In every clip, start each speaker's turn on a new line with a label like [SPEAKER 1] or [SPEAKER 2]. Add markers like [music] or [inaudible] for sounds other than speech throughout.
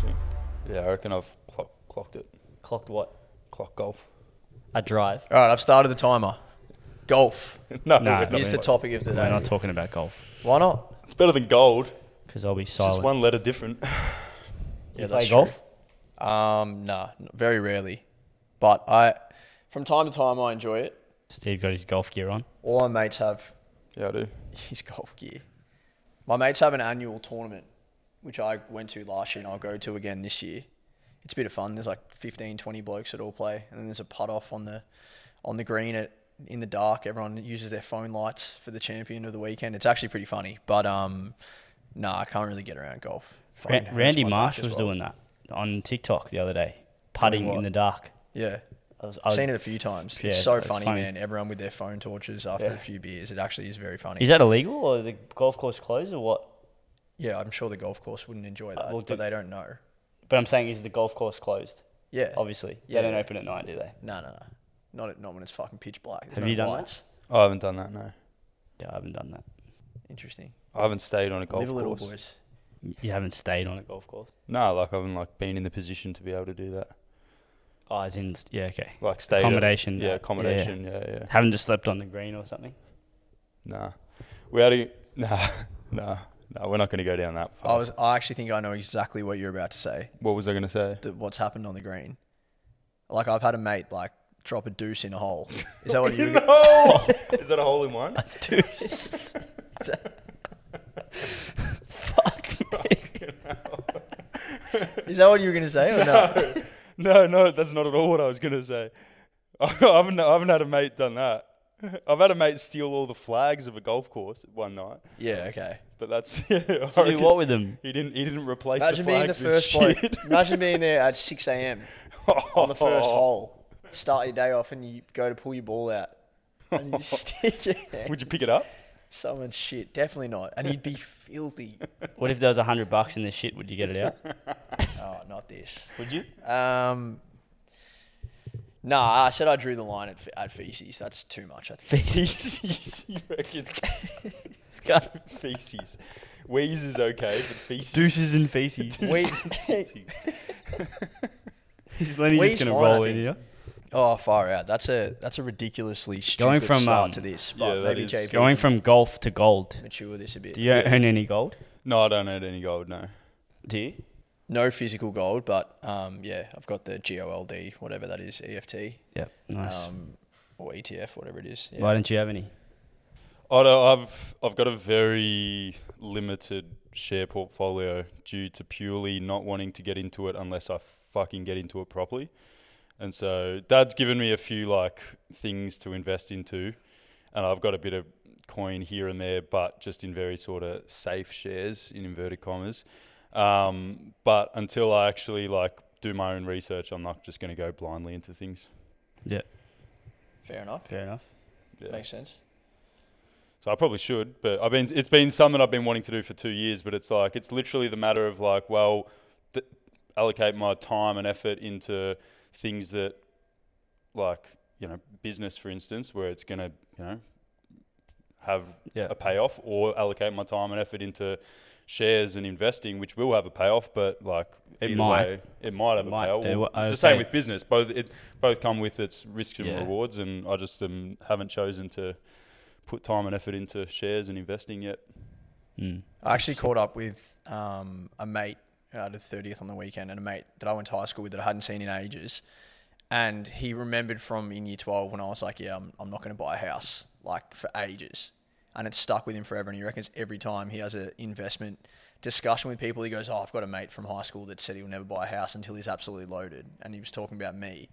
[SPEAKER 1] soon. Yeah, I reckon I've clock, clocked it.
[SPEAKER 2] Clocked what?
[SPEAKER 1] Clock golf. [laughs]
[SPEAKER 2] A drive.
[SPEAKER 3] All right, I've started the timer. Golf
[SPEAKER 1] no,
[SPEAKER 2] Nah,
[SPEAKER 1] we're not.
[SPEAKER 3] is the topic of
[SPEAKER 2] We're
[SPEAKER 3] today.
[SPEAKER 2] not talking about golf
[SPEAKER 3] Why not?
[SPEAKER 1] it's better than gold. It's
[SPEAKER 2] because I'll be
[SPEAKER 1] just
[SPEAKER 2] silent.
[SPEAKER 1] one letter different. [laughs]
[SPEAKER 3] Yeah,
[SPEAKER 2] Play
[SPEAKER 3] true.
[SPEAKER 2] golf.
[SPEAKER 3] Um, nah, n- very rarely. But I, from time to time, I enjoy it.
[SPEAKER 2] Steve got his golf gear on.
[SPEAKER 3] All my mates have
[SPEAKER 1] Yeah, I do.
[SPEAKER 3] [laughs] his golf gear. My mates have an annual tournament, which I went to last year and I'll go to again this year. It's a bit of fun. There's like 15, 20 blokes that all play, and then there's a putt off on the on the green at in the dark. Everyone uses their phone lights for the champion of the weekend. It's actually pretty funny, but um, nah, I can't really get around golf.
[SPEAKER 2] Ra-
[SPEAKER 3] Phone hurts
[SPEAKER 2] Randy
[SPEAKER 3] my
[SPEAKER 2] Marsh
[SPEAKER 3] back as
[SPEAKER 2] was
[SPEAKER 3] well.
[SPEAKER 2] doing that on TikTok the other day, putting
[SPEAKER 3] what?
[SPEAKER 2] in the dark.
[SPEAKER 3] Yeah,
[SPEAKER 2] I was, I
[SPEAKER 3] I've
[SPEAKER 2] was-
[SPEAKER 3] seen it a few times.
[SPEAKER 2] Yeah,
[SPEAKER 3] it's so
[SPEAKER 2] it's
[SPEAKER 3] funny,
[SPEAKER 2] funny.
[SPEAKER 3] man. Everyone with their phone torches after
[SPEAKER 2] Yeah.
[SPEAKER 3] a few beers. It actually is very funny.
[SPEAKER 2] Is that illegal or the golf course closed or what?
[SPEAKER 3] yeah, I'm sure the golf course wouldn't enjoy that,
[SPEAKER 2] Uh, well,
[SPEAKER 3] but
[SPEAKER 2] do-
[SPEAKER 3] they don't know.
[SPEAKER 2] But I'm saying is the golf course closed?
[SPEAKER 3] Yeah,
[SPEAKER 2] Obviously,
[SPEAKER 3] Yeah.
[SPEAKER 2] they don't open at night, do they?
[SPEAKER 3] No, no, no. Not at, not when it's fucking pitch black. There's
[SPEAKER 2] Have
[SPEAKER 3] no
[SPEAKER 2] you done
[SPEAKER 3] lights.
[SPEAKER 1] I haven't done that. No,
[SPEAKER 2] Yeah, I haven't done that.
[SPEAKER 3] Interesting.
[SPEAKER 1] I haven't stayed on a golf
[SPEAKER 3] Live a little,
[SPEAKER 1] course.
[SPEAKER 3] boys.
[SPEAKER 2] You haven't stayed on a golf course.
[SPEAKER 1] No, like I haven't like been in the position to be able to do that.
[SPEAKER 2] Oh, as in yeah, okay.
[SPEAKER 1] Like stayed at-
[SPEAKER 2] Accommodation, uh,
[SPEAKER 1] yeah,
[SPEAKER 2] yeah.
[SPEAKER 1] accommodation. Yeah, yeah.
[SPEAKER 2] Haven't just slept on the green or something.
[SPEAKER 1] Nah, we had to. [laughs] Nah, nah, nah. We're not going to go down that.
[SPEAKER 3] I
[SPEAKER 1] Path.
[SPEAKER 3] was. I actually think I know exactly what you're about to say.
[SPEAKER 1] What was I going to say?
[SPEAKER 3] That what's happened on the green. Like I've had a mate like drop a deuce in
[SPEAKER 1] [laughs]
[SPEAKER 3] a hole. Is that what you? were-
[SPEAKER 1] no,
[SPEAKER 3] [laughs]
[SPEAKER 1] is that a hole in one?
[SPEAKER 2] Dude, [laughs] [laughs] fuck me.
[SPEAKER 3] Is that what you were gonna say or not?
[SPEAKER 1] No, [laughs] no, that's not at all what I was going to say. [laughs] I haven't, I haven't had a mate done that. [laughs] I've had a mate steal all the flags of a golf course one night,
[SPEAKER 3] Yeah. Okay.
[SPEAKER 1] but that's [laughs] yeah. I
[SPEAKER 2] To do
[SPEAKER 1] reckon
[SPEAKER 2] what with them?
[SPEAKER 1] He didn't. He didn't replace
[SPEAKER 3] Imagine
[SPEAKER 1] the
[SPEAKER 3] being the
[SPEAKER 1] flags
[SPEAKER 3] first
[SPEAKER 1] with
[SPEAKER 3] bloke.
[SPEAKER 1] shit.
[SPEAKER 3] Imagine being there at 6 a.m.
[SPEAKER 1] [laughs]
[SPEAKER 3] on the first
[SPEAKER 1] Oh.
[SPEAKER 3] hole. Start your day off and you go to pull your ball out and
[SPEAKER 1] [laughs]
[SPEAKER 3] you stick it.
[SPEAKER 1] Would you pick it up?
[SPEAKER 3] Someone's shit. Definitely not. And you'd
[SPEAKER 1] [laughs]
[SPEAKER 3] be filthy.
[SPEAKER 2] What if there was a hundred bucks in the shit? Would you get it out?
[SPEAKER 3] Oh, not this.
[SPEAKER 2] Would
[SPEAKER 3] [laughs]
[SPEAKER 2] you?
[SPEAKER 3] Um, nah, I said I drew the line at, at feces. That's too much. I think.
[SPEAKER 1] Feces, you
[SPEAKER 3] [laughs]
[SPEAKER 1] reckon?
[SPEAKER 2] It's got
[SPEAKER 1] feces. Wheeze is okay, but feces.
[SPEAKER 2] deuces
[SPEAKER 1] [laughs]
[SPEAKER 2] and feces.
[SPEAKER 1] Wheeze. feces.
[SPEAKER 2] Is Lenny
[SPEAKER 3] Wheeze
[SPEAKER 2] just gonna
[SPEAKER 3] fine, I
[SPEAKER 2] roll in
[SPEAKER 3] think.
[SPEAKER 2] here?
[SPEAKER 3] Oh, far out. That's a that's a ridiculously stupid
[SPEAKER 2] Going from,
[SPEAKER 3] start
[SPEAKER 2] um,
[SPEAKER 3] to this. But
[SPEAKER 1] Yeah, that
[SPEAKER 3] maybe
[SPEAKER 1] is-
[SPEAKER 3] JP
[SPEAKER 2] Going
[SPEAKER 3] going
[SPEAKER 2] from golf to gold.
[SPEAKER 3] mature this a bit.
[SPEAKER 2] Do you earn any gold?
[SPEAKER 1] No, I don't need any gold. No.
[SPEAKER 2] Do you?
[SPEAKER 3] No physical gold, but um, yeah, I've got the GOLD, whatever that is, EFT,
[SPEAKER 2] Yep. Nice.
[SPEAKER 3] um, or ETF, whatever it is. Yeah.
[SPEAKER 2] Why don't you have any?
[SPEAKER 1] I don't, I've I've got a very limited share portfolio due to purely not wanting to get into it unless I fucking get into it properly. And so dad's given me a few like things to invest into and I've got a bit of coin here and there but just in very sort of safe shares in inverted commas. Um, but until I actually like do my own research, I'm not just going to go blindly into things.
[SPEAKER 2] Yep.
[SPEAKER 3] Fair enough.
[SPEAKER 2] Fair enough.
[SPEAKER 1] Yeah.
[SPEAKER 3] Makes sense.
[SPEAKER 1] So I probably should, but I've been it's been something I've been wanting to do for two years, but it's like it's literally the matter of like, well, th- allocate my time and effort into things that, like you know, business for instance, where it's gonna you know have
[SPEAKER 2] Yeah.
[SPEAKER 1] a payoff, or allocate my time and effort into shares and investing, which will have a payoff, but like
[SPEAKER 2] It
[SPEAKER 1] either
[SPEAKER 2] might.
[SPEAKER 1] way, it might have
[SPEAKER 2] It
[SPEAKER 1] a
[SPEAKER 2] might.
[SPEAKER 1] payoff.
[SPEAKER 2] It wa-
[SPEAKER 1] it's
[SPEAKER 2] I
[SPEAKER 1] the
[SPEAKER 2] would
[SPEAKER 1] same
[SPEAKER 2] say-
[SPEAKER 1] with business. Both it both come with its risks and
[SPEAKER 2] Yeah.
[SPEAKER 1] rewards, and I just am haven't chosen to put time and effort into shares and investing yet.
[SPEAKER 2] Mm.
[SPEAKER 3] I actually caught up with um, a mate out of 30th on the weekend and a mate that I went to high school with that I hadn't seen in ages. And he remembered from in year 12 when I was like, yeah, I'm, I'm not going to buy a house, like for ages. And it stuck with him forever. And he reckons every time he has an investment discussion with people, he goes, oh, I've got a mate from high school that said he'll never buy a house until he's absolutely loaded. And he was talking about me.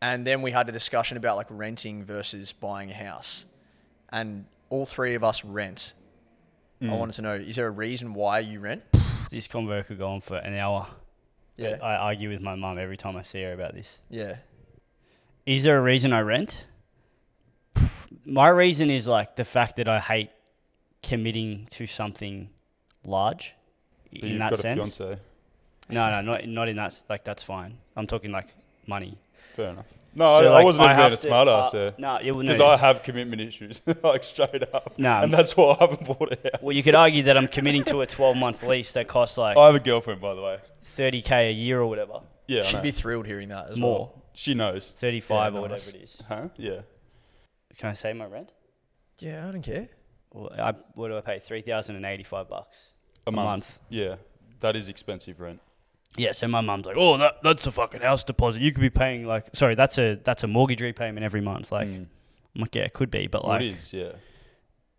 [SPEAKER 3] And then we had a discussion about like renting versus buying a house. And all three of us rent.
[SPEAKER 1] Mm.
[SPEAKER 3] I wanted to know, is there a reason why you rent?
[SPEAKER 2] This convo could go on for an hour.
[SPEAKER 3] Yeah.
[SPEAKER 2] I argue with my mum every time I see her about this.
[SPEAKER 3] yeah.
[SPEAKER 2] Is there a reason I rent? My reason is like the fact that I hate committing to something large
[SPEAKER 1] But
[SPEAKER 2] in
[SPEAKER 1] you've
[SPEAKER 2] that
[SPEAKER 1] got
[SPEAKER 2] sense.
[SPEAKER 1] a fiance.
[SPEAKER 2] No, no, not not in that. s- Like that's fine. I'm talking like money.
[SPEAKER 1] Fair enough. No, Oh, I, I
[SPEAKER 2] like,
[SPEAKER 1] wasn't even
[SPEAKER 2] have
[SPEAKER 1] being a
[SPEAKER 2] to-
[SPEAKER 1] smart
[SPEAKER 2] uh,
[SPEAKER 1] ass there.
[SPEAKER 2] No, it would
[SPEAKER 1] Because
[SPEAKER 2] no.
[SPEAKER 1] I have commitment issues, [laughs] like straight up.
[SPEAKER 2] Nah.
[SPEAKER 1] and that's why I haven't bought a house.
[SPEAKER 2] well, you could argue that I'm committing to a 12 month lease that costs like
[SPEAKER 1] I have a girlfriend, by the way.
[SPEAKER 2] thirty k a year or whatever,
[SPEAKER 1] Yeah, I
[SPEAKER 3] She'd
[SPEAKER 1] know.
[SPEAKER 3] be thrilled hearing that as
[SPEAKER 2] more
[SPEAKER 3] well.
[SPEAKER 1] she knows.
[SPEAKER 2] thirty five
[SPEAKER 3] Yeah,
[SPEAKER 2] or
[SPEAKER 3] nice.
[SPEAKER 2] whatever it is.
[SPEAKER 1] Huh? Yeah.
[SPEAKER 2] Can I say my rent?
[SPEAKER 3] Yeah, I don't care.
[SPEAKER 2] Well, I, what do I pay? Three thousand and eighty five bucks
[SPEAKER 1] A, month.
[SPEAKER 2] month.
[SPEAKER 1] Yeah. That is expensive rent.
[SPEAKER 2] Yeah, so my mum's like, "Oh, that, that's a fucking house deposit. You could be paying like, sorry, that's a that's a mortgage repayment every month." Like,
[SPEAKER 1] Mm.
[SPEAKER 2] I'm like, "Yeah, it could be, but
[SPEAKER 1] Well,
[SPEAKER 2] like,
[SPEAKER 1] it is, yeah.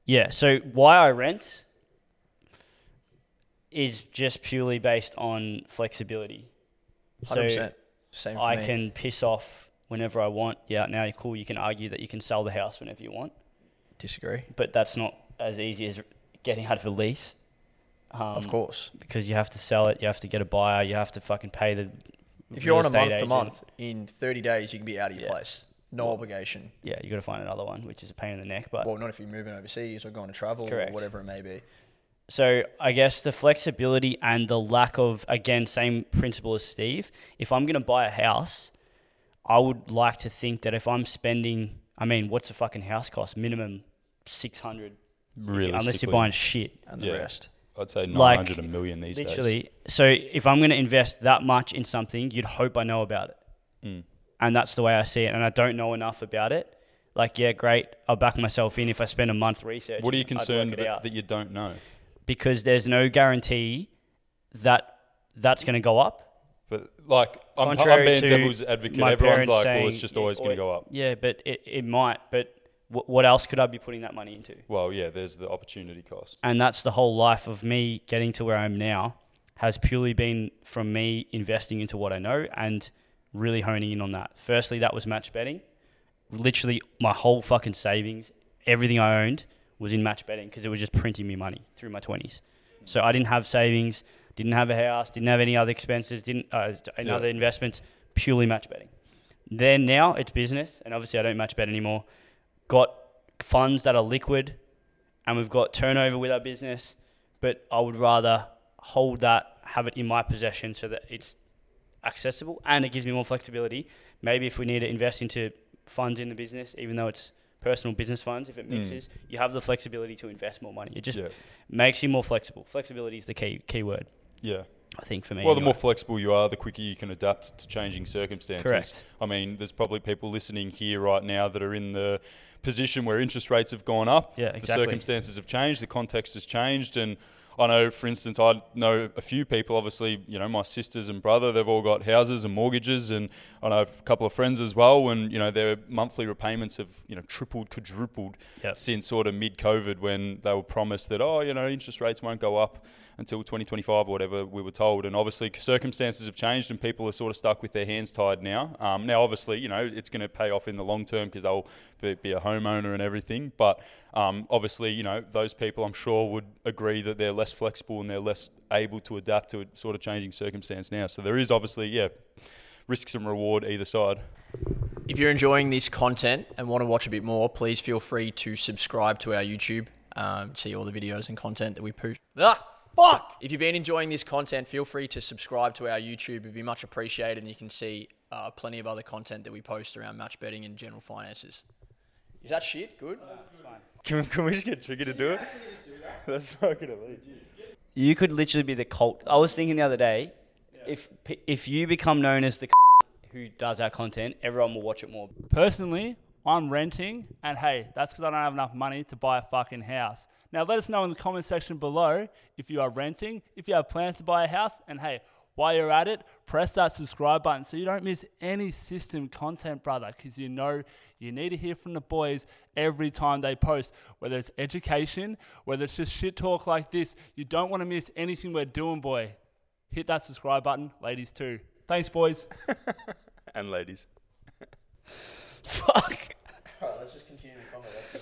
[SPEAKER 2] yeah." So why I rent is just purely based on flexibility.
[SPEAKER 3] Hundred
[SPEAKER 2] So
[SPEAKER 3] percent. Same for
[SPEAKER 2] I
[SPEAKER 3] me.
[SPEAKER 2] can piss off whenever I want. Yeah, now you're cool. You can argue that you can sell the house whenever you want,
[SPEAKER 3] disagree.
[SPEAKER 2] but that's not as easy as getting out of a lease. Um,
[SPEAKER 3] of course.
[SPEAKER 2] because you have to sell it, you have to get a buyer, you have to fucking pay the.
[SPEAKER 3] If you're on
[SPEAKER 2] real
[SPEAKER 3] a
[SPEAKER 2] estate
[SPEAKER 3] month
[SPEAKER 2] agent.
[SPEAKER 3] to month, in 30 days, you can be out of your
[SPEAKER 2] Yeah.
[SPEAKER 3] place. No obligation.
[SPEAKER 2] yeah, you got to find another one, which is a pain in the neck. But
[SPEAKER 3] Well, not if you're moving overseas or going to travel
[SPEAKER 2] Correct.
[SPEAKER 3] or whatever it may be.
[SPEAKER 2] so I guess the flexibility and the lack of, again, same principle as Steve. If I'm going to buy a house, I would like to think that if I'm spending, I mean, what's a fucking house cost? Minimum 600,
[SPEAKER 1] Realistically.
[SPEAKER 2] unless you're buying shit.
[SPEAKER 3] And the
[SPEAKER 1] Yeah.
[SPEAKER 3] rest.
[SPEAKER 1] I'd say
[SPEAKER 2] like,
[SPEAKER 1] 900 a million these days.
[SPEAKER 2] Literally. So if I'm going to invest that much in something, you'd hope I know about it.
[SPEAKER 1] Mm.
[SPEAKER 2] And that's the way I see it. And I don't know enough about it. Like, yeah, great. I'll back myself in if I spend a month researching.
[SPEAKER 1] What are you
[SPEAKER 2] it, I'd work
[SPEAKER 1] concerned
[SPEAKER 2] it
[SPEAKER 1] about
[SPEAKER 2] out.
[SPEAKER 1] that you don't know?
[SPEAKER 2] because there's no guarantee that that's going to go up.
[SPEAKER 1] But like, I'm, I'm
[SPEAKER 2] Contrary
[SPEAKER 1] being
[SPEAKER 2] to
[SPEAKER 1] devil's advocate.
[SPEAKER 2] my
[SPEAKER 1] Everyone's
[SPEAKER 2] parents
[SPEAKER 1] like, well,
[SPEAKER 2] saying
[SPEAKER 1] it's just
[SPEAKER 2] it
[SPEAKER 1] always going to
[SPEAKER 2] always-
[SPEAKER 1] go up.
[SPEAKER 2] Yeah, but it, it might. But w- what else could I be putting that money into?
[SPEAKER 1] Well, yeah, there's the opportunity cost.
[SPEAKER 2] And that's the whole life of me getting to where I am now has purely been from me investing into what I know and really honing in on that. Firstly, that was match betting. Literally, my whole fucking savings, everything I owned was in match betting because it was just printing me money through my 20s. So I didn't have savings, didn't have a house, didn't have any other expenses, didn't uh, any
[SPEAKER 1] Yeah.
[SPEAKER 2] other investments, purely match betting. Then now it's business, and obviously I don't match bet anymore. Got funds that are liquid, and we've got turnover with our business. But I would rather hold that, have it in my possession, so that it's accessible and it gives me more flexibility. Maybe if we need to invest into funds in the business, even though it's personal business funds, if it mixes, you have the flexibility to invest more money. It just
[SPEAKER 1] Mm. Yeah,
[SPEAKER 2] makes you more flexible. Flexibility is the key key word,
[SPEAKER 1] yeah.
[SPEAKER 2] I think, for me.
[SPEAKER 1] Well, the
[SPEAKER 2] anyway.
[SPEAKER 1] more flexible you are, the quicker you can adapt to changing circumstances.
[SPEAKER 2] Correct.
[SPEAKER 1] I mean, there's probably people listening here right now that are in the position where interest rates have gone up.
[SPEAKER 2] Yeah,
[SPEAKER 1] The
[SPEAKER 2] exactly.
[SPEAKER 1] circumstances have changed, the context has changed, and I know, for instance, I know a few people. Obviously, you know, my sisters and brother, they've all got houses and mortgages, and I know a couple of friends as well. And you know, their monthly repayments have you know tripled, quadrupled
[SPEAKER 2] Yep.
[SPEAKER 1] since sort of mid-COVID when they were promised that oh, you know, interest rates won't go up until 2025 or whatever we were told. And obviously, circumstances have changed, and people are sort of stuck with their hands tied now. Um, now, obviously, you know, it's going to pay off in the long term because they'll be, be a homeowner and everything. But um, obviously, you know, those people I'm sure would agree that they're less flexible and they're less able to adapt to a sort of changing circumstance now. So there is obviously, yeah, risks and reward either side.
[SPEAKER 3] If you're enjoying this content and want to watch a bit more, please feel free to subscribe to our YouTube. Um, see all the videos and content that we post. Ah, fuck! If you've been enjoying this content, feel free to subscribe to our YouTube. It'd be much appreciated, and you can see uh, plenty of other content that we post around match betting and general finances. Is that shit good?
[SPEAKER 1] Can, can we just get triggered to do it? That's fucking elite.
[SPEAKER 2] you could literally be the cult. I was thinking the other day, if p- if you become known as the who does our content, everyone will watch it more. [laughs]
[SPEAKER 4] Personally, I'm renting, and hey, that's because I don't have enough money to buy a fucking house. Now, let us know in the comment section below if you are renting, if you have plans to buy a house, and hey, while you're at it, press that subscribe button so you don't miss any system content, brother, because you know you need to hear from the boys every time they post, whether it's education, whether it's just shit talk like this. You don't want to miss anything we're doing, boy. Hit that subscribe button, ladies, too. Thanks, boys.
[SPEAKER 1] And ladies.
[SPEAKER 2] Fuck.
[SPEAKER 3] Alright, let's just continue the conversation.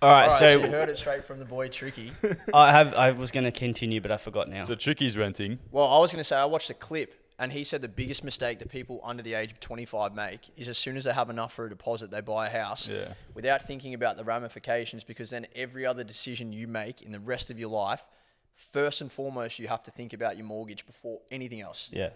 [SPEAKER 2] All right,
[SPEAKER 3] Alright, so you
[SPEAKER 2] so
[SPEAKER 3] heard it straight from the boy Tricky.
[SPEAKER 2] I have I was going to continue, but I forgot now.
[SPEAKER 1] So Tricky's renting.
[SPEAKER 3] Well, I was going to say, I watched the clip, and he said the biggest mistake that people under the age of 25 make is as soon as they have enough for a deposit, they buy a house
[SPEAKER 1] Yeah.
[SPEAKER 3] without thinking about the ramifications because then every other decision you make in the rest of your life, first and foremost, you have to think about your mortgage before anything else.
[SPEAKER 2] yeah.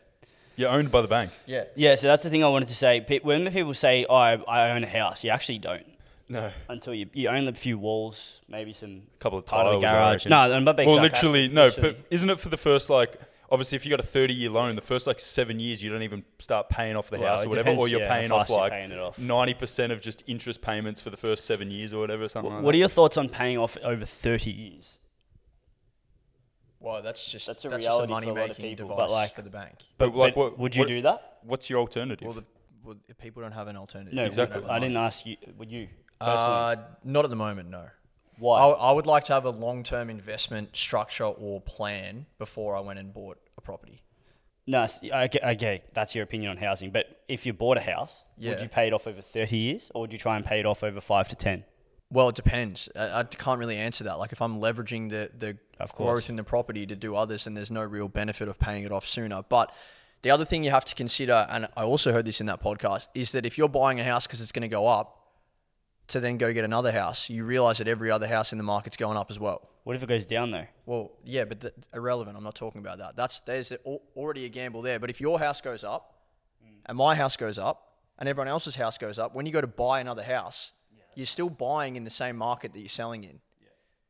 [SPEAKER 1] You're owned by the bank.
[SPEAKER 3] Yeah.
[SPEAKER 2] Yeah, so that's the thing I wanted to say. Pe- When people say, oh, I, I own a house, you actually don't
[SPEAKER 1] No.
[SPEAKER 2] until you, you own a few walls, maybe some
[SPEAKER 1] couple of
[SPEAKER 2] part of
[SPEAKER 1] tiles.
[SPEAKER 2] the
[SPEAKER 1] I
[SPEAKER 2] garage.
[SPEAKER 1] reckon.
[SPEAKER 2] No, I'm not being
[SPEAKER 1] Well,
[SPEAKER 2] sarcastic,
[SPEAKER 1] literally, no.
[SPEAKER 2] literally.
[SPEAKER 1] But isn't it for the first like? obviously if you got a 30 year loan, the first like seven years you don't even start paying off the
[SPEAKER 2] Well,
[SPEAKER 1] house
[SPEAKER 2] it
[SPEAKER 1] or whatever, or
[SPEAKER 2] depends,
[SPEAKER 1] you're
[SPEAKER 2] yeah, how
[SPEAKER 1] paying off
[SPEAKER 2] fast you're
[SPEAKER 1] like
[SPEAKER 2] paying it off.
[SPEAKER 1] 90% of just interest payments for the first seven years or whatever, something like
[SPEAKER 2] What are your thoughts on paying off over 30 years?
[SPEAKER 3] Well, that's just
[SPEAKER 2] That's
[SPEAKER 3] that's
[SPEAKER 2] a
[SPEAKER 3] a
[SPEAKER 2] reality for a lot
[SPEAKER 3] money
[SPEAKER 2] of
[SPEAKER 3] making
[SPEAKER 2] people,
[SPEAKER 3] device
[SPEAKER 2] but like-
[SPEAKER 3] for the bank.
[SPEAKER 1] that. But like,
[SPEAKER 2] But
[SPEAKER 1] what
[SPEAKER 2] would you
[SPEAKER 1] what-
[SPEAKER 2] do that?
[SPEAKER 1] What's your alternative?
[SPEAKER 3] Well, the, well, if people don't have an alternative.
[SPEAKER 2] No,
[SPEAKER 3] they don't
[SPEAKER 1] Exactly.
[SPEAKER 3] have a
[SPEAKER 2] I
[SPEAKER 3] money.
[SPEAKER 2] didn't ask you. Would you? Personally,
[SPEAKER 3] Uh, not at the moment, no.
[SPEAKER 2] why?
[SPEAKER 3] I, I would like to have a long-term investment structure or plan before I went and bought a property.
[SPEAKER 2] No, s- okay, okay, that's your opinion on housing. But if you bought a house, would
[SPEAKER 3] Yeah.
[SPEAKER 2] you pay it off over 30 years or would you try and pay it off over 5 to 10?
[SPEAKER 3] Well, it depends. I, I can't really answer that. Like, if I'm leveraging the the
[SPEAKER 2] Of course.
[SPEAKER 3] growth in the property to do others, then there's no real benefit of paying it off sooner. But the other thing you have to consider, and I also heard this in that podcast, is that if you're buying a house because it's going to go up, to then go get another house, you realize that every other house in the market's going up as well.
[SPEAKER 2] What if it goes down though?
[SPEAKER 3] Well, yeah, but th- irrelevant. I'm not talking about that. That's there's al- already a gamble there. But if your house goes up, and my house goes up, and everyone else's house goes up, when you go to buy another house, you're still buying in the same market that you're selling in.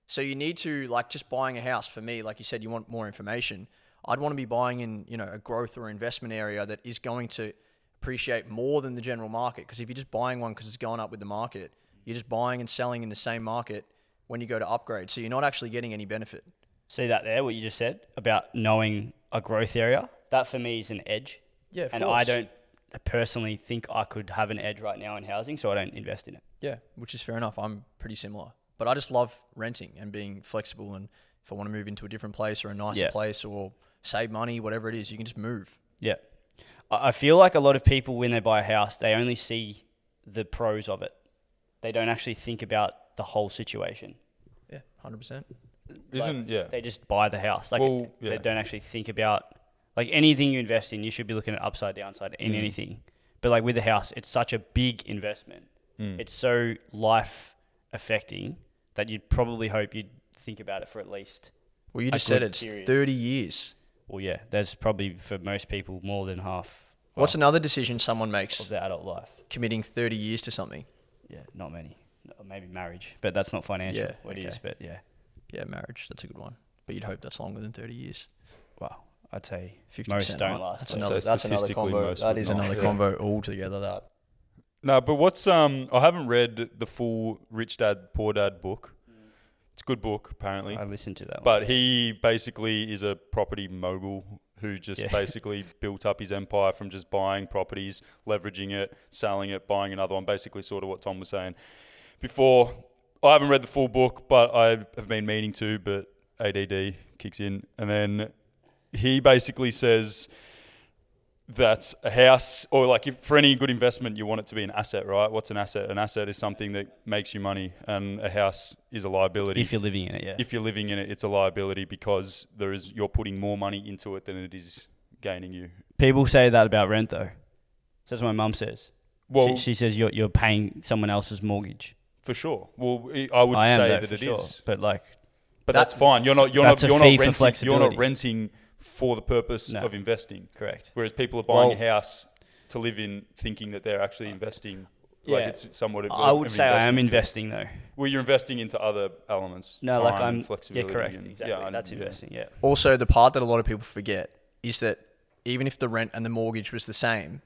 [SPEAKER 3] So you need to like just buying a house for me, like you said, you want more information. I'd want to be buying in you know a growth or investment area that is going to appreciate more than the general market. Because if you're just buying one because it's gone up with the market, you're just buying and selling in the same market when you go to upgrade. So you're not actually getting any benefit.
[SPEAKER 2] See that there, what you just said about knowing a growth area? That for me is an edge.
[SPEAKER 3] Yeah, of
[SPEAKER 2] And I
[SPEAKER 3] course.
[SPEAKER 2] don't personally think I could have an edge right now in housing, so I don't invest in it.
[SPEAKER 3] Yeah, which is fair enough. I'm pretty similar, but I just love renting and being flexible. And if I want to move into a different place or a nicer
[SPEAKER 2] Yeah.
[SPEAKER 3] place or save money, whatever it is, you can just move.
[SPEAKER 2] Yeah. I I feel like a lot of people, when they buy a house, they only see the pros of it. They don't actually think about the whole situation.
[SPEAKER 3] Yeah, hundred percent.
[SPEAKER 1] Isn't yeah?
[SPEAKER 2] They just buy the house. Like
[SPEAKER 1] Well,
[SPEAKER 2] they
[SPEAKER 1] yeah.
[SPEAKER 2] don't actually think about like anything you invest in. You should be looking at upside downside
[SPEAKER 1] Mm.
[SPEAKER 2] in anything. But like with the house, it's such a big investment.
[SPEAKER 1] Mm.
[SPEAKER 2] It's so life affecting that you'd probably hope you'd think about it for at least.
[SPEAKER 3] Well, you
[SPEAKER 2] A
[SPEAKER 3] just said
[SPEAKER 2] good
[SPEAKER 3] it's
[SPEAKER 2] period.
[SPEAKER 3] thirty years.
[SPEAKER 2] Well, yeah, there's probably for most people more than half
[SPEAKER 3] What's another decision someone
[SPEAKER 2] of
[SPEAKER 3] makes?
[SPEAKER 2] their adult life.
[SPEAKER 3] Committing thirty years to something.
[SPEAKER 2] Yeah, not many. No, Maybe marriage, but that's not financial.
[SPEAKER 3] Yeah,
[SPEAKER 2] it
[SPEAKER 3] okay.
[SPEAKER 2] is, but yeah.
[SPEAKER 3] Yeah, marriage. That's a good one. But you'd hope that's longer than thirty years.
[SPEAKER 2] Well, I'd say
[SPEAKER 3] 50%
[SPEAKER 2] most don't
[SPEAKER 3] not.
[SPEAKER 2] last.
[SPEAKER 3] That's
[SPEAKER 1] I'd
[SPEAKER 2] like-
[SPEAKER 3] another.
[SPEAKER 1] say
[SPEAKER 3] That's another
[SPEAKER 1] statistically
[SPEAKER 3] combo.
[SPEAKER 1] most
[SPEAKER 3] That
[SPEAKER 1] would
[SPEAKER 3] is
[SPEAKER 1] not.
[SPEAKER 3] another
[SPEAKER 1] Yeah.
[SPEAKER 3] combo altogether. That.
[SPEAKER 1] No, but what's um? I haven't read the full Rich Dad Poor Dad book. It's a good book apparently.
[SPEAKER 2] Mm. I listened to that.
[SPEAKER 1] But he basically is a property mogul who just
[SPEAKER 2] Yeah. [laughs]
[SPEAKER 1] basically built up his empire from just buying properties, leveraging it, selling it, buying another one. Basically, sort of what Tom was saying before. I haven't read the full book, but I have been meaning to. But ADD kicks in, and then he basically says that a house or like if for any good investment you want it to be an asset right what's an asset an asset is something that makes you money and a house is a liability
[SPEAKER 2] if you're living in it, yeah.
[SPEAKER 1] if you're living in it, it's a liability because there is you're putting more money into it than it is gaining you.
[SPEAKER 2] People say that about rent, though. So that's what my mum says.
[SPEAKER 1] Well,
[SPEAKER 2] she, she says you're, you're paying someone else's mortgage.
[SPEAKER 1] for sure. Well, I- I would
[SPEAKER 2] I am,
[SPEAKER 1] say
[SPEAKER 2] though,
[SPEAKER 1] that
[SPEAKER 2] for
[SPEAKER 1] it is,
[SPEAKER 2] sure. But like,
[SPEAKER 1] but
[SPEAKER 3] That-
[SPEAKER 1] that's fine. You're not you're
[SPEAKER 2] That's a
[SPEAKER 1] not you're not
[SPEAKER 2] fee for
[SPEAKER 1] renting. You're
[SPEAKER 2] flexibility.
[SPEAKER 1] not renting for the purpose
[SPEAKER 2] No.
[SPEAKER 1] of investing.
[SPEAKER 2] correct.
[SPEAKER 1] Whereas people are buying
[SPEAKER 2] Well-
[SPEAKER 1] a house to live in, thinking that they're actually investing. Like
[SPEAKER 2] Yeah.
[SPEAKER 1] it's somewhat. Of a-
[SPEAKER 2] I would
[SPEAKER 1] of
[SPEAKER 2] say I
[SPEAKER 1] investment.
[SPEAKER 2] am investing, though.
[SPEAKER 1] Well, you're investing into other elements.
[SPEAKER 2] No,
[SPEAKER 1] time
[SPEAKER 2] like
[SPEAKER 1] and
[SPEAKER 2] I'm. Yeah,
[SPEAKER 1] flexibility.
[SPEAKER 2] correct.
[SPEAKER 1] and-
[SPEAKER 2] Exactly.
[SPEAKER 1] I-
[SPEAKER 2] that's investing. Yeah.
[SPEAKER 3] Also, the part that a lot of people forget is that even if the rent and the mortgage was the same,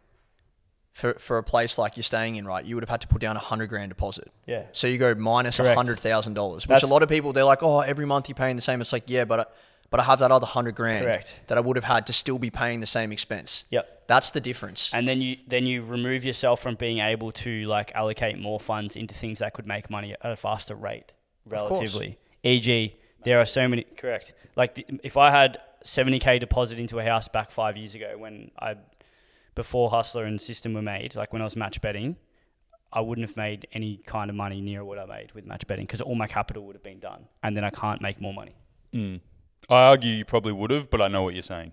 [SPEAKER 3] for, for a place like you're staying in, right, you would have had to put down a hundred grand deposit.
[SPEAKER 2] Yeah.
[SPEAKER 3] So you go minus a
[SPEAKER 2] Correct.
[SPEAKER 3] hundred thousand dollars, which
[SPEAKER 2] That's-
[SPEAKER 3] a lot of people they're like, oh, every month you're paying the same. It's like, yeah, but I, but I have that other hundred grand
[SPEAKER 2] Correct.
[SPEAKER 3] that I would have had to still be paying the same expense.
[SPEAKER 2] Yep.
[SPEAKER 3] That's the difference.
[SPEAKER 2] And then you then you remove yourself from being able to like allocate more funds into things that could make money at a faster rate,
[SPEAKER 3] course.
[SPEAKER 2] relatively. E.g., there are so many. Correct. Like the, if I had 70k deposit into a house back five years ago when I, before Hustler and System were made, like when I was match betting, I wouldn't have made any kind of money near what I made with match betting because all my capital would have been done, and then I can't make more money.
[SPEAKER 1] Mm. I argue you probably would have, but I know what you're saying.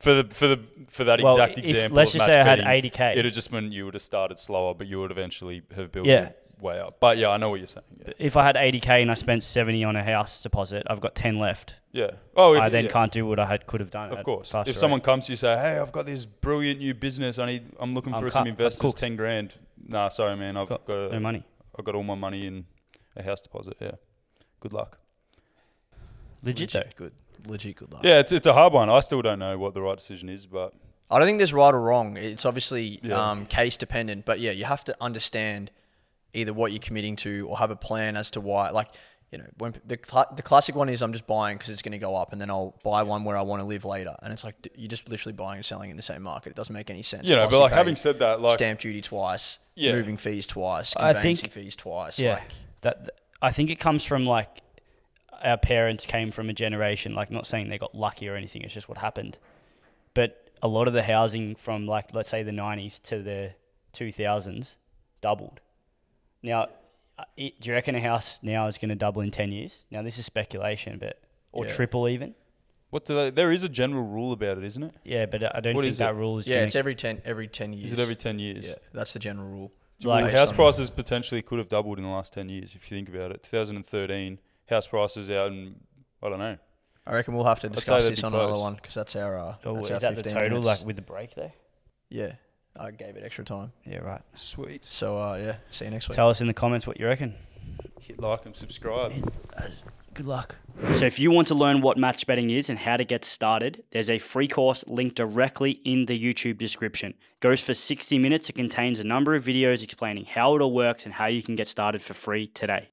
[SPEAKER 1] For the for the for that
[SPEAKER 2] Well,
[SPEAKER 1] exact
[SPEAKER 2] if-
[SPEAKER 1] example,
[SPEAKER 2] let's
[SPEAKER 1] of
[SPEAKER 2] just
[SPEAKER 1] match
[SPEAKER 2] say I had
[SPEAKER 1] betting,
[SPEAKER 2] 80K.
[SPEAKER 1] It had just meant you would have started slower, but you would eventually have built
[SPEAKER 2] Yeah.
[SPEAKER 1] it way up. But yeah, I know what you're saying. Yeah.
[SPEAKER 2] If I had 80k and I spent 70 on a house deposit, I've got 10 left.
[SPEAKER 1] yeah. Oh, if,
[SPEAKER 2] I then
[SPEAKER 1] yeah,
[SPEAKER 2] can't do what I had could have done.
[SPEAKER 1] Of
[SPEAKER 2] at
[SPEAKER 1] course.
[SPEAKER 2] faster
[SPEAKER 1] If someone
[SPEAKER 2] rate.
[SPEAKER 1] comes to you say, "Hey, I've got this brilliant new business. I need. I'm looking
[SPEAKER 2] I'm
[SPEAKER 1] for
[SPEAKER 2] cut-
[SPEAKER 1] some
[SPEAKER 2] I'm
[SPEAKER 1] investors.
[SPEAKER 2] cooked.
[SPEAKER 1] Ten grand. Nah, sorry, man. I've got,
[SPEAKER 2] got no money,
[SPEAKER 1] I've got all my money in a house deposit. Yeah. Good luck.
[SPEAKER 2] legit,
[SPEAKER 3] Legit Good. legit good luck.
[SPEAKER 1] Yeah, it's it's a hard one. I still don't know what the right decision is, but
[SPEAKER 3] I don't think there's right or wrong. It's obviously
[SPEAKER 1] Yeah.
[SPEAKER 3] um, case dependent, but yeah, you have to understand either what you're committing to or have a plan as to why. Like, you know, when the cla the classic one is I'm just buying because it's going to go up, and then I'll buy one where I want to live later, and it's like d- you're just literally buying and selling in the same market. It doesn't make any sense.
[SPEAKER 1] you know,
[SPEAKER 3] Plus
[SPEAKER 1] but like
[SPEAKER 3] pay
[SPEAKER 1] having said that, like
[SPEAKER 3] stamp duty twice,
[SPEAKER 1] Yeah.
[SPEAKER 3] moving fees twice,
[SPEAKER 2] I
[SPEAKER 3] conveyancing
[SPEAKER 2] think-
[SPEAKER 3] fees twice.
[SPEAKER 2] yeah,
[SPEAKER 3] Like,
[SPEAKER 2] that th- I think it comes from like our parents came from a generation like not saying they got lucky or anything. It's just what happened. But a lot of the housing from like let's say the '90s to the 2000s doubled. Now, uh, it, do you reckon a house now is going to double in 10 years? Now this is speculation, but or
[SPEAKER 3] Yeah.
[SPEAKER 2] triple even.
[SPEAKER 1] what do they? There is a general rule about it, isn't it?
[SPEAKER 2] Yeah, but uh, I don't
[SPEAKER 1] What
[SPEAKER 2] think
[SPEAKER 1] is
[SPEAKER 2] that
[SPEAKER 1] it?
[SPEAKER 2] rule is.
[SPEAKER 3] yeah,
[SPEAKER 2] gonna,
[SPEAKER 3] it's every ten every ten years.
[SPEAKER 1] Is it every ten years?
[SPEAKER 3] Yeah, that's the general rule.
[SPEAKER 1] Well,
[SPEAKER 2] Like-
[SPEAKER 1] house
[SPEAKER 3] Based on-
[SPEAKER 1] prices potentially could have doubled in the last 10 years if you think about it. 2013, house prices out in, I don't know.
[SPEAKER 3] I reckon we'll have to
[SPEAKER 1] I'd say
[SPEAKER 3] discuss
[SPEAKER 1] that'd
[SPEAKER 3] this
[SPEAKER 1] be
[SPEAKER 3] on another
[SPEAKER 1] close.
[SPEAKER 3] one because that's our. Uh,
[SPEAKER 2] Oh,
[SPEAKER 3] that's
[SPEAKER 2] is
[SPEAKER 3] our
[SPEAKER 2] that the
[SPEAKER 3] 15
[SPEAKER 2] total
[SPEAKER 3] minutes.
[SPEAKER 2] like with the break there?
[SPEAKER 3] Yeah, I gave it extra time.
[SPEAKER 2] Yeah, right.
[SPEAKER 1] Sweet.
[SPEAKER 3] So uh, yeah, see you next week.
[SPEAKER 2] Tell us in the comments what you reckon.
[SPEAKER 1] Hit like and subscribe.
[SPEAKER 2] Good luck. So, if you want to learn what match betting is and how to get started, there's a free course linked directly in the YouTube description. It goes for 60 minutes. It contains a number of videos explaining how it all works and how you can get started for free today.